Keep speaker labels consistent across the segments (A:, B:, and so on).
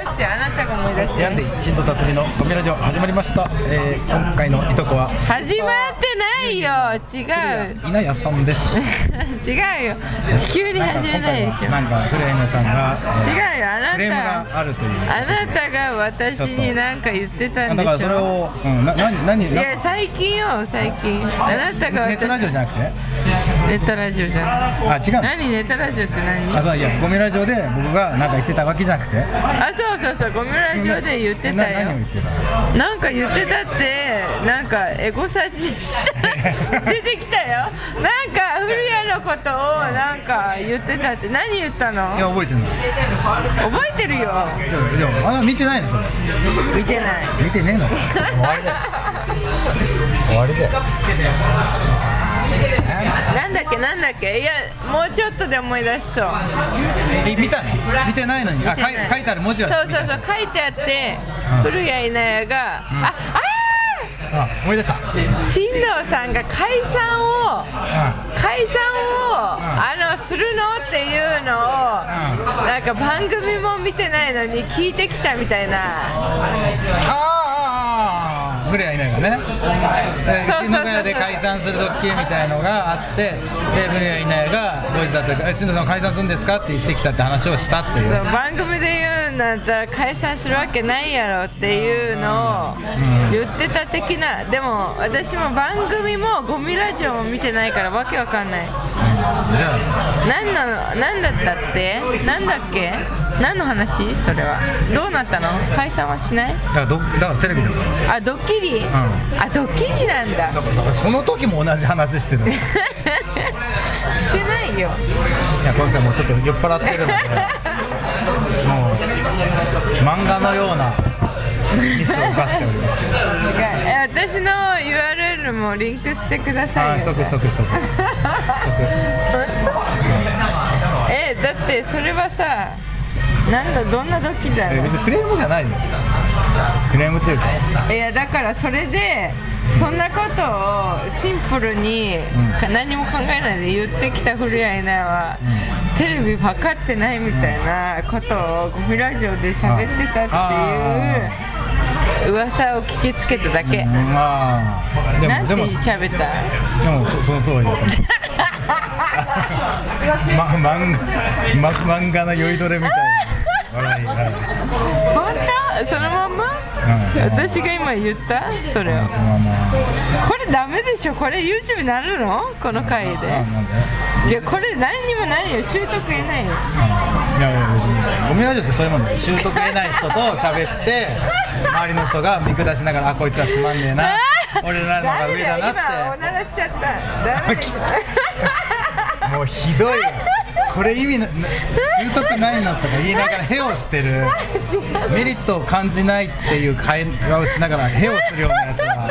A: 思い出して
B: ヤンディ、新と辰巳のコンビラジオ始まりました、えー、今回のいとこは
A: 始まってないよ違う
B: 稲谷さんです
A: 違うよ 急に始めないでしょ違うよ
B: なんか今回はなんかフレームさんが、えー
A: あな
B: フレームが
A: た
B: あるという
A: あなたが私に何か言ってたん
B: だ
A: で
B: から
A: し
B: それ
A: ょ
B: を、うん、な何何
A: い
B: な
A: や最近よ最近あなたが私
B: ネットラジオじゃなくて
A: ネタラジオじゃ
B: あ違う
A: ない
B: の
A: 何ネタラジオって何
B: あそういやゴミラジオで僕がなんか言ってたわけじゃなくて
A: あそうそうそうゴミラジオで言って
B: な
A: た
B: 何を
A: よ
B: 言ってた
A: なんか言ってたってなんかエゴサーチしたら 出てきたよなんか古谷のことをなんか言ってたって何言った
B: い
A: の
B: や覚えてない
A: 覚えてるよ
B: でもでもまだ見てないのそれ
A: 見てない
B: 見てねえの終わ りだよ終わりだよ
A: なんだっけなんだっけいやもうちょっとで思い出しそう
B: え見たの見てないのにあ書い
A: ない
B: 書いてある文字
A: そ
B: は
A: うそうそう書いてあって
B: うん
A: 古谷稲也が、ああ
B: あ思い出した
A: ー新藤さんが解散を
B: う
A: 解散を、あのするのっていうのを、
B: ん
A: なんか番組も見てないのに聞いてきたみたいな、
B: んあーあーあーあーフレアいないからねで
A: そうそうそうそう
B: 一の屋で解散するドッキリみたいのがあってでフレアいないがボイスだって「え新藤さん解散するんですか?」って言ってきたって話をしたっていう、うん、
A: 番組で言うんだったら解散するわけないやろっていうのを言ってた的なでも私も番組もゴミラジオも見てないからわけわかんない
B: じゃ
A: 何なの何だったって何だっけ何の話それはどうなったの解散はしない
B: あだからどだからテレビだから
A: あドッキリ、あドッキリなんだ
B: だからだからその時も同じ話して たのい
A: してないよ
B: やこの人はもうちょっと酔っ払ってるのでもう漫画のようなミスを犯してお りますけど
A: え私の URL もリンクしてくだ
B: あ
A: さ
B: ー
A: い
B: しと
A: よ
B: くしとくしとくしとく
A: えだってそれはさなんだどんなドッキリだ
B: え
A: ろ
B: 別にクレームじゃないよクレームっていうか
A: ういやだからそれでそんなことをシンプルに、か何も考えないで言ってきた古谷愛奈は、テレビ分かってないみたいなことをゴミラジオで喋ってたっていう噂を聞きつけただけ、
B: まあで
A: な
B: も
A: ん
B: で
A: て
B: も
A: 喋った
B: でもそその通り だと思うま漫画ま漫画の酔いどれみたいな笑いが
A: 本当そのまんま、
B: うん
A: 私が今言ったそれを
B: そのまま
A: これダメでしょこれ YouTube なるのこの回
B: あ
A: で
B: なんで
A: じゃあこれ何にもないよ習得いないよ
B: いやいや別にゴミラジオってそういうもんだよ習得得ない人と喋って周りの人が見下しながらあこいつはつまんねえな俺らのが上だな
A: 今お
B: っ
A: ならしちゃったダメでしょ
B: てもうひどいよこれ意味なな習得ないのとか言い ながらへをしてるメリットを感じないっていう会話をしながらへをするようなやつは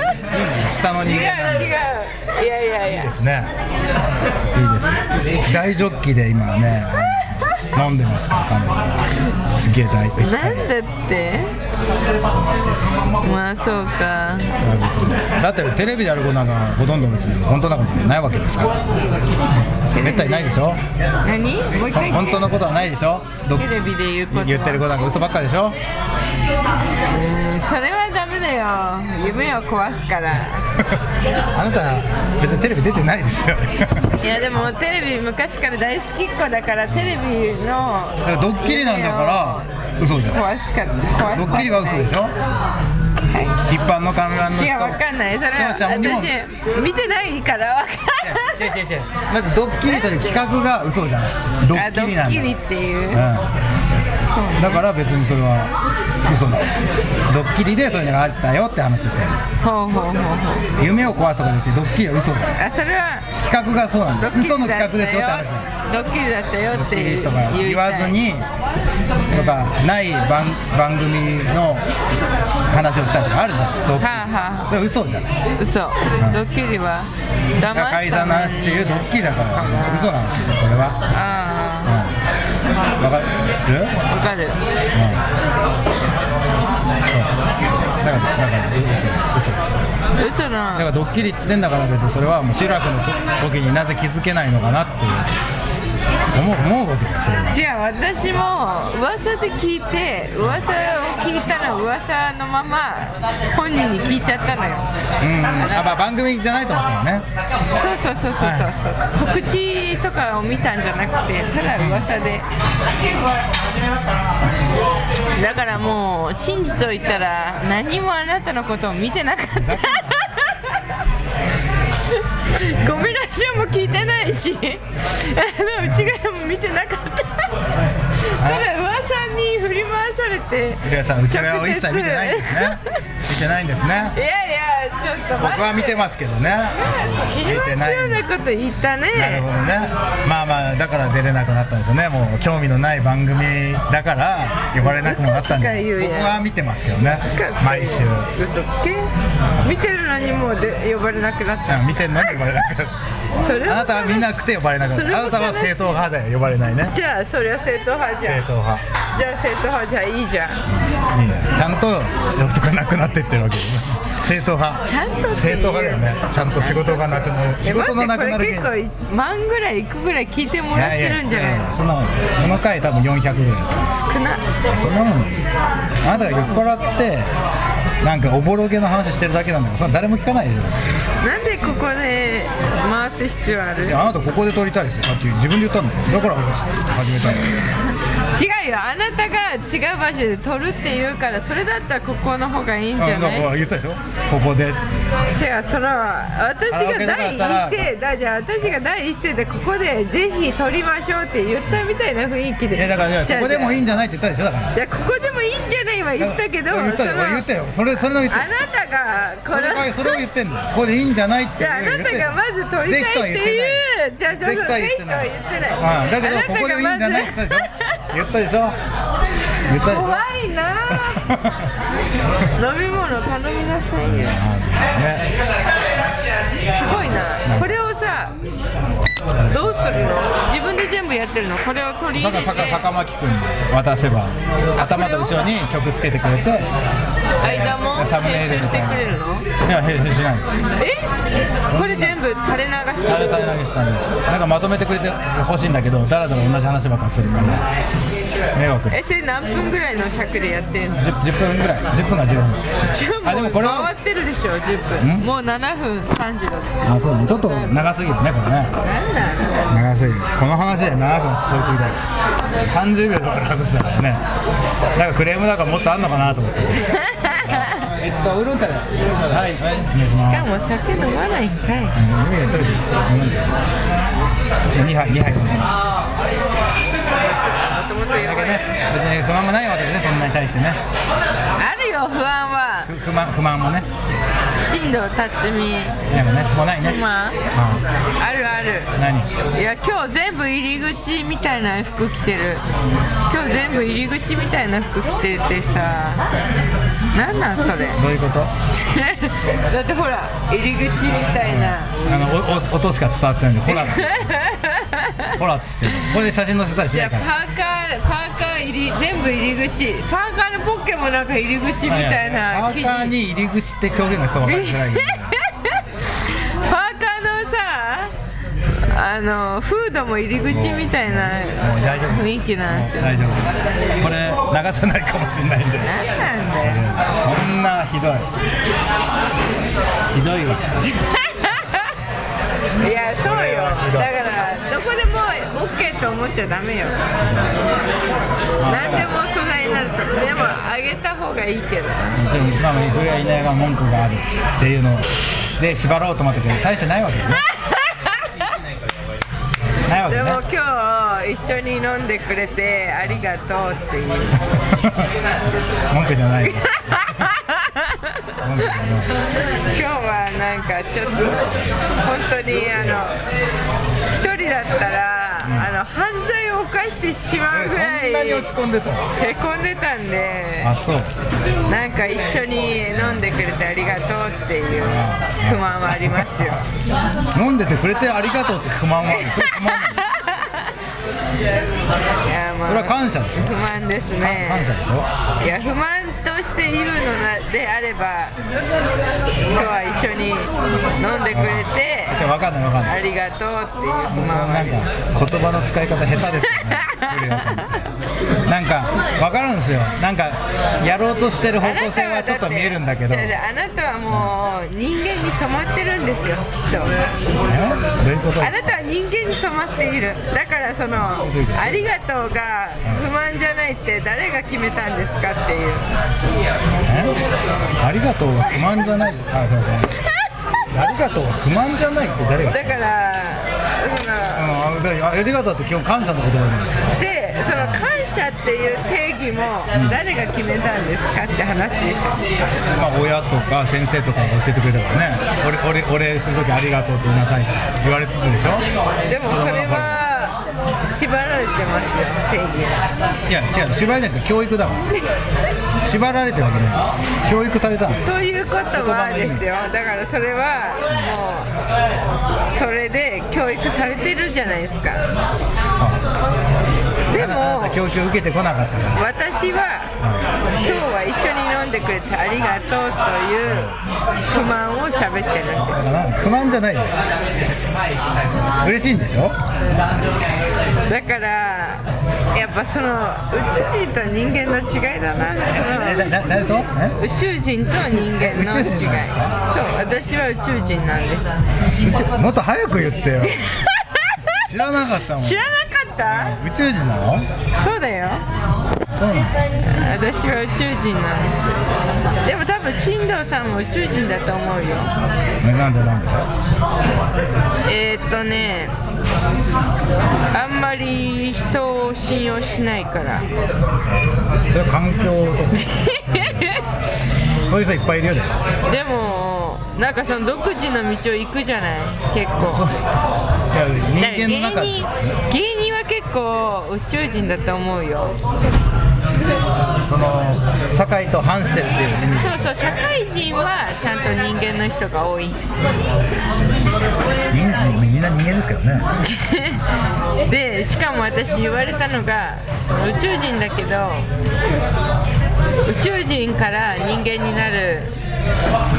B: 下の人
A: 違う違う
B: 間なんで
A: いやいやい
B: いい
A: や
B: ですねいいです大ジョッキで今ね飲んでますから彼女はすげえ大敵
A: なんだってまあそうか
B: だってテレビでやることなんかほとんど別に本当なんかないわけですからめったにないでしょ
A: 何もう一回言っ
B: 本
A: て
B: 当のことはないでしょど
A: テレビで言うことは
B: 言ってることなんか嘘ばっかりでしょ
A: う んそれはダメだよ夢を壊すから
B: あなた別にテレビ出てないですよ
A: いやでもテレビ昔から大好きっ子だからテレビの
B: だからドッキリなんだから嘘じゃない
A: 壊しかった
B: ドッキリは嘘でしょ一般の観覧の
A: い
B: 人
A: やわかんないそれは
B: 視聴者にも
A: 私見てないからわか
B: 違う違う違うまずドッキリという企画が嘘じゃないド
A: んないあ
B: ッ
A: ド
B: キリな
A: ッ
B: んだ
A: キリっていう
B: うん、だから別にそれは嘘だドッキリでそういうのがあったよって話をしてる
A: ほうほうほうほう
B: 夢を壊すとか言ってドッキリは嘘だ
A: あそれは
B: 企画がそうなん
A: ド
B: だ
A: ッキリ
B: 嘘の
A: だっ
B: 企画ですよって
A: たよド
B: 話だ
A: ッキリだったよ
B: ド
A: っ
B: ッ
A: て
B: キ
A: い
B: リ
A: う
B: とか言わずにとかない番番組の話をしたりとかあるじゃんドッキリ、
A: はあはあ
B: それ嘘じゃない
A: 嘘ドッキリは
B: だから
A: 騙
B: 解
A: した
B: 散の
A: の
B: 話っ
A: に
B: ていうドッキリだから嘘なわけですそれは
A: あ
B: うんわかる、うん
A: あわかる
B: うんそうだからだから嘘嘘嘘です
A: 嘘
B: だか
A: の
B: らドッキリっつってんだから別にそれはもう集落の時になぜ気づけないのかなっていう思う思うわけだそれは
A: じゃあ私も噂で聞いて噂を聞いたら噂のまま本人に聞いちゃったのよ
B: うんあ、まあ、番組じゃないと思ったのね
A: そうそうそうそうそうそう、告知とかを見たんじゃなくてただ噂でだからもう真実を言ったら何もあなたのことを見てなかったごめんなさいも聞いてないしあのうちがも見てなかったただ噂に振り回されて
B: 古谷さんうち側を一切見てないんですね見てないんです
A: い
B: ね
A: やいやちょっと待って
B: 僕は見てますけどね
A: 気に
B: 見
A: ま
B: てな
A: す
B: い
A: ようなこと言ったね
B: なるほどねまあまあだから出れなくなったんですよねもう興味のない番組だから呼ばれなくもなった
A: 嘘
B: ん
A: つか言うや
B: で
A: ん
B: 僕は見てますけどね毎週
A: 嘘つけ見てるのにもうで呼ばれなくなっ
B: うん見てんのに呼ばれなくなった
A: たそれ
B: あ
A: は
B: なたは見なくて呼ばれなかっ
A: それ
B: た
A: は
B: あなたは正統派で呼ばれないね
A: じゃあそりゃ正統派じゃ
B: 正
A: ん
B: 統派
A: じゃあ正統派じゃいいじゃん
B: いいねちゃんと仕事がなくなってってるわけです正統派
A: ちゃんとって
B: 正
A: いう
B: 統派だよねちゃんと仕事がなくなる仕
A: え
B: 事
A: 待って
B: のな
A: こ
B: くな
A: れ
B: る芸
A: 結
B: 人
A: 構い万ぐらいいくぐらい聞いてもらってるんじゃない
B: やや
A: の
B: そんなもんこの回多分400ぐらい
A: 少な
B: そんなもんあなたが酔っ払ってなんかおぼろげの話してるだけなんだからそんな誰も聞かないでしょ
A: なんでここで回す必要ある
B: いやあなたここで撮りたいですよさっき自分で言ったんだよだから始めたんだよ
A: 違うよあなたが違う場所で撮るって言うからそれだったらここの方がいいんじゃ
B: あだ
A: ない
B: から言ったでしょここで
A: 違うそれは私
B: カラオケ
A: が
B: と
A: 第
B: かだっ
A: 一
B: たら
A: 声だじゃあ私が第一声でここでぜひ撮りましょうって言ったみたいな雰囲気で
B: いやだからいやここでもいい
A: ん
B: んじゃないって言ったでしょだから
A: いやここでもいいんじゃないは言ったけど
B: 言ったよ
A: その
B: 俺言ったよそれそれを言って
A: あなたがこ
B: それ
A: の
B: はそれを言ってんだよここでいいんじゃないって
A: じゃああ
B: 言
A: なたがまず撮りたいっていうじゃあそう
B: ぜ
A: そ
B: ひ
A: う
B: と
A: ぜ
B: は言っ
A: ひ
B: て
A: とは
B: ない
A: 言ってない
B: あだけどここでいいんじゃないって言ったでしょ 言ったでしょ言ったでしょ
A: 怖いなぁ飲み物頼みなさいよ
B: ね、
A: すごいなこれをさどうするの自分で全部やってるのこれを取り入
B: 坂
A: れて
B: 坂坂巻君に渡せば頭と後ろに曲つけてくれて
A: 間も
B: サムネイ
A: 編
B: ル
A: 集した
B: み
A: て
B: いな
A: くれるの
B: いや編集しない
A: えこれ全部垂れ流し
B: あれ垂れ投げしたんですなんかまとめてくれてほしいんだけどだらだら同じ話ばっかりするから迷惑
A: えそれ何分ぐらいの尺でやってんの
B: 10, 10分ぐらい10分が15分あでも
A: も
B: こ
A: う
B: れは
A: 回ってるでしょ10分もう7分30だ
B: あそうねちょっと長すぎるねこれね
A: なんなの
B: 長すぎるこの話で長くも取りすぎだよ30秒だから話だからねなんかクレームだからもっとあんのかなと思ってえっとウーロン茶ではいお願いします
A: しかも酒飲まないんかい
B: うん海で取れてる2杯2杯
A: もともとや
B: だけ
A: ば
B: ね
A: い
B: 別に不満がないわけですねそんなに対してね
A: あるよ不安は
B: ふ不満不満もね
A: 進藤辰巳
B: でもねもうないね
A: 不満
B: う
A: あるある
B: ん何
A: いや今日全部入り口みたいな服着てる今日全部入り口みたいな服着ててさなんなんそれ
B: どういうこと
A: だってほら入り口みたいな
B: あのおお音しか伝わってないんでほら ほらっつってこれで写真載せたりし
A: い
B: な
A: や
B: い
A: パ
B: か
A: ー
B: ら
A: カーパーカー入り全部入り口パーカーのポッケもなんか入り口みたいな
B: パ
A: 生
B: ー
A: 地
B: カーに入り口って表現がちょっと分かりづらいけど
A: パーカーのさあのフードも入り口みたいな
B: もう大丈夫です
A: 雰囲気なんですよ
B: 大丈夫ですこれ流さないかもしれないんで
A: なんなんだよ
B: こんなひどいひどいわ
A: いやそう
B: これ
A: よ
B: はひどい
A: だからどこでも OK と思っちゃダメよ何でも素材になるとでもあげた方がいいけど
B: もちろん今も古谷稲が文句があるっていうので縛ろうと思ったけど大してないわ けねないわけ
A: で
B: ね
A: も今日一緒に飲んでくれてありがとうっていう
B: 文句じゃない文句じゃない
A: 今日はなんかちょっと本当にあの一人だったら、あの犯罪を犯してしまう
B: え
A: ぐら
B: そんないに落ち込んでたの
A: へこんでたんで
B: あそう
A: なんか一緒に飲んでくれてありがとうっていう不満はありますよ
B: 飲んでてくれてありがとうって不満はあるそれ不満なの
A: いやまあ
B: それは感謝でしょ
A: 不満ですね
B: 感謝でしょ
A: いや不満として言うのであれば今日は一緒に飲んでくれて
B: じゃあ分かんない分かんない
A: ありがとうっていう
B: もうなんか言葉の使い方下手ですね古谷さんなんか分かるんですよなんかやろうとしてる方向性はちょっと見えるんだけど
A: あなたはだって違う違うあなたはもう人間に染まってるんですよきっと
B: えどういうこと
A: あなたは人間に染まっているだからその「ありがとう」が不満じゃないって誰が決めたんですかっていう
B: えありがとうは不満じゃないあそうそうありがとうは不満じゃないって誰が
A: だからその
B: うんあだからありがとうって基本感謝の言葉なんですよ
A: でその感謝っていう定義も誰が決めたんですかって話でしょ
B: まあ、親とか先生とかが教えてくれたからね俺俺お礼する時ありがとうって言いなさいって言われてたでしょ
A: でもそれは縛られてますよ定義はい
B: や違う縛られないって教育だから縛られてるわけない教育されたの
A: ということはですよだからそれはもうそれで教育されてるじゃないですか
B: あ
A: で
B: あな
A: も
B: た教育受けてこなかったから
A: 私は今日は一緒に飲んでくれてありがとうという不満を喋ってるんで
B: だから不満じゃないよ嬉しいんでしょ
A: すだからやっぱその宇宙人と人間の違いだなそ
B: え
A: の
B: だだ誰とえ
A: 宇宙人と人間の違い
B: 宇宙人なんですか
A: そう私は宇宙人なんです
B: もっと早く言ってよ知らなかったもん宇
A: 知らなかっ
B: 宙人なの
A: たそうだよ
B: そうなの
A: 私は宇宙人なんですでも多分進藤さんも宇宙人だと思うよ
B: えなんでなんで
A: えー、っとねあんまり人を信用しないから
B: それは環境とかそういう人いっぱいいるよね
A: でもなんかその独自の道を行くじゃない結構
B: いや人間の中
A: 芸
B: で
A: 人芸人は結構宇宙人だと思うよ
B: その社会と反してるっていう意味
A: そうそう社会人はちゃんと人間の人が多い
B: みんなみんな人間ですけどね
A: でしかも私言われたのが宇宙人だけど宇宙人から人間になる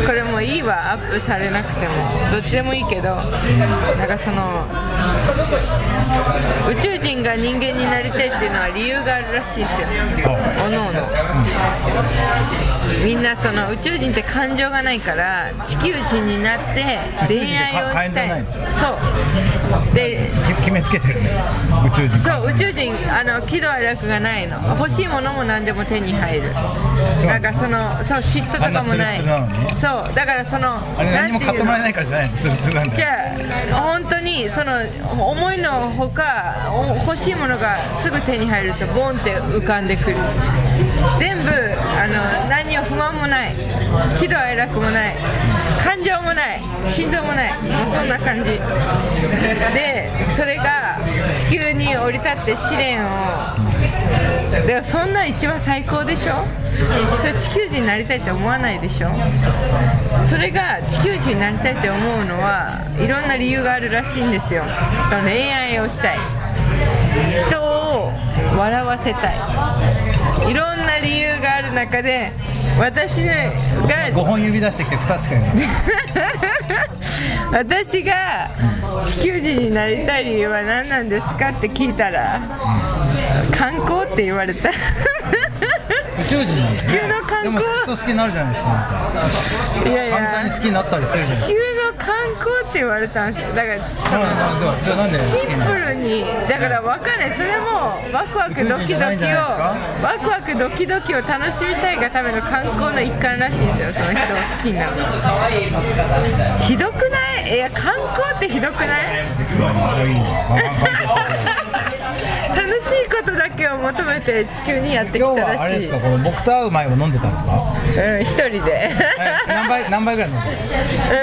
A: これもういいわアップされなくてもどっちでもいいけどなんかその宇宙人が人間になりたいっていうのは理由があるらしいですよおのおのみんなその宇宙人って感情がないから地球人になって恋愛をし
B: 感情な
A: た
B: い
A: い
B: んです
A: そうで
B: き決めつけてるね宇宙人
A: そう宇宙人あの喜怒哀楽がないの欲しいものも何でも手に入るなんかそのそう嫉妬とかもない
B: あんなツルツルなのに
A: そうだからその
B: あれ何
A: な
B: も
A: ん
B: 買って
A: いう
B: も
A: の
B: らえないからじゃないのツルツルなん
A: じ
B: だ
A: ゃ
B: よ
A: あ本当にその思いのほかお欲しいものがすぐ手に入るとボンって浮かんでくる全部あの何を不満もない喜怒哀楽もない感情もない心臓もないもうそんな感じでそれが地球に降り立って試練をでもそんなん一番最高でしょそれ地球人になりたいって思わないでしょそれが地球人になりたいって思うのはいろんな理由があるらしいんですよその恋愛をしたい人を笑わせたいいろんな理由がある中で私が
B: 5本指出してきて2つしか言わない
A: 私が地球人になりたい理由は何なんですかって聞いたら観光って言われ た
B: 宇宙人なんですね
A: 地球の観光
B: でも人好きになるじゃないですか
A: いやい
B: 簡単に
A: や
B: 好きになったりしてるじゃな
A: 地
B: い
A: 球の観光って言われたんですよだから
B: ですかじゃあなんで好
A: シ
B: き
A: ン
B: なの
A: プルにだから分かんないそれもワクワクドキドキをワクワクドキドキを楽しみたいがための観光の一環らしいんですよその人を好きになるひどくないいや観光ってひどくない
B: いいねまあまあまあ
A: 楽しいことだけを求めて地球にやってきた
B: 今日はあ
A: ら
B: れ
A: し
B: で
A: い
B: すかこの僕と会う前は飲んでたんですか
A: うん、一人で
B: え何杯何杯ぐらい飲んで る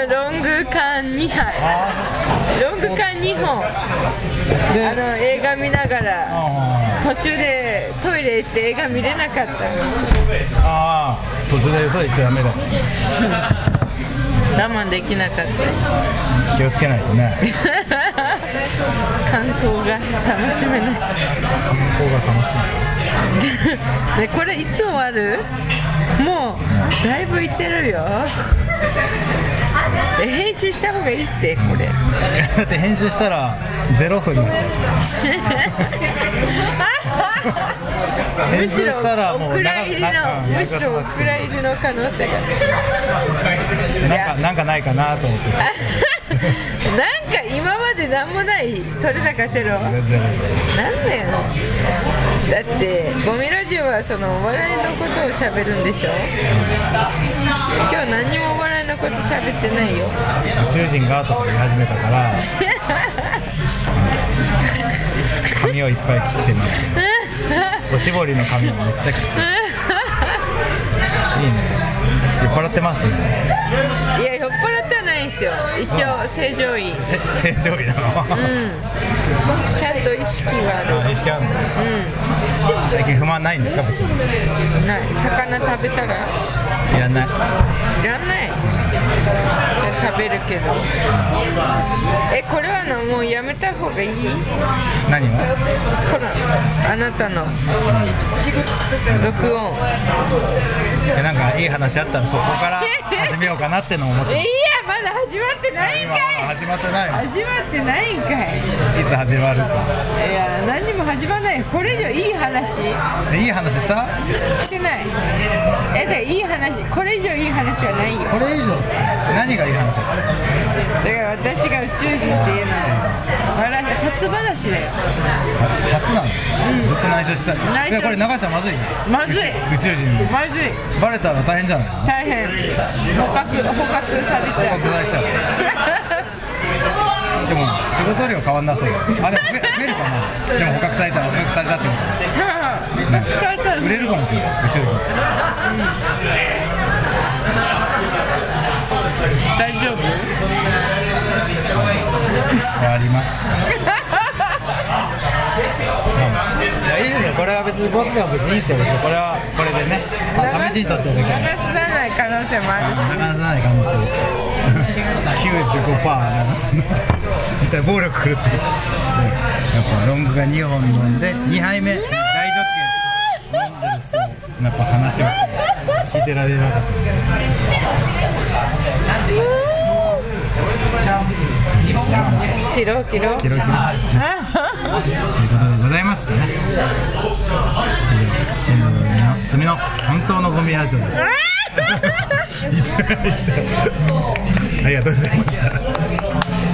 A: うんロング缶2杯ロング缶2本
B: で
A: あの映画見ながら
B: あ
A: 途中でトイレ行って映画見れなかった
B: ーあー途中でトイレ行っちゃダメだ
A: 我慢できなかった
B: 気をつけないとね
A: 観光が楽しめない
B: 観光が楽し
A: ねこれいつ終わる
B: い
A: もうだいぶいってるよえ編集した方がいいってこれ
B: だって編集したら0分になっちゃう
A: む
B: 編集
A: しろ
B: したらも
A: お
B: う
A: 蔵入りの
B: な
A: むしろお蔵入りの可能性が
B: なんかなんかないかなと思って
A: なんか今まで何もない取れ高ゼロなん
B: ゼロで
A: だよだってゴミラジオはそのお笑いのことを喋るんでしょ今日何にもお笑いのこと喋ってないよ
B: 宇宙人がとか言い始めたから髪をいっぱい切ってますおしぼりの髪をめっちゃ切っていいね酔っ払ってますね
A: いや酔っ払ってはないんですよ一応正常位
B: せ正常位だの、
A: ちゃんと意識がある
B: あ意識あるの、最近不満ないんですか別に
A: ない魚食べたら
B: いらない
A: いらない食べるけどえこれはのもうやめた方がいい
B: 何を
A: このあなたの録音
B: でなんかいい話あったらそこから始めようかなってのを思っ
A: い
B: て
A: やまだ始まってないん
B: 今
A: か
B: まだ
A: い
B: 始まってない
A: 始まってないんかい
B: いつ始まるか
A: いや何にも始まらないこれ以上いい話し
B: でいい話した
A: てないえだいい話これ以上いい話はないよ
B: これ以上何がいい話だっ
A: だから私が宇宙人っていうのは笑い初話だよ
B: た初なの、ずっと内緒してた
A: 内緒
B: いやこれ流したらまずいね
A: まずい
B: 宇宙人に
A: まずい
B: バレたら大変じゃな
A: 大
B: いの
A: 変捕獲捕獲され ちゃう
B: 僕がいちゃうでも仕事量変わんなそうだあでも増え増えるかなでも捕獲されたら捕獲されたってこ
A: 私されたら
B: と売れるかもしれない宇宙人
A: 大丈夫
B: 変わります。いやいいですよ。これは別にボスは別にいいですよ。別にこれはこれでね、あ試しに撮ってるだけ
A: 流
B: で。
A: さない可能性もあるし
B: 話さない可能性です。95%みたいな暴力狂ってる。やっぱロングが2本飲んで2杯目大ジョッキー飲んでる人やっぱ話はする聞いてられなかった。
A: 切ろう切ろう
B: キロキロということでございましてね新の住の本当のゴミラジオでしたいただいてありがとうございました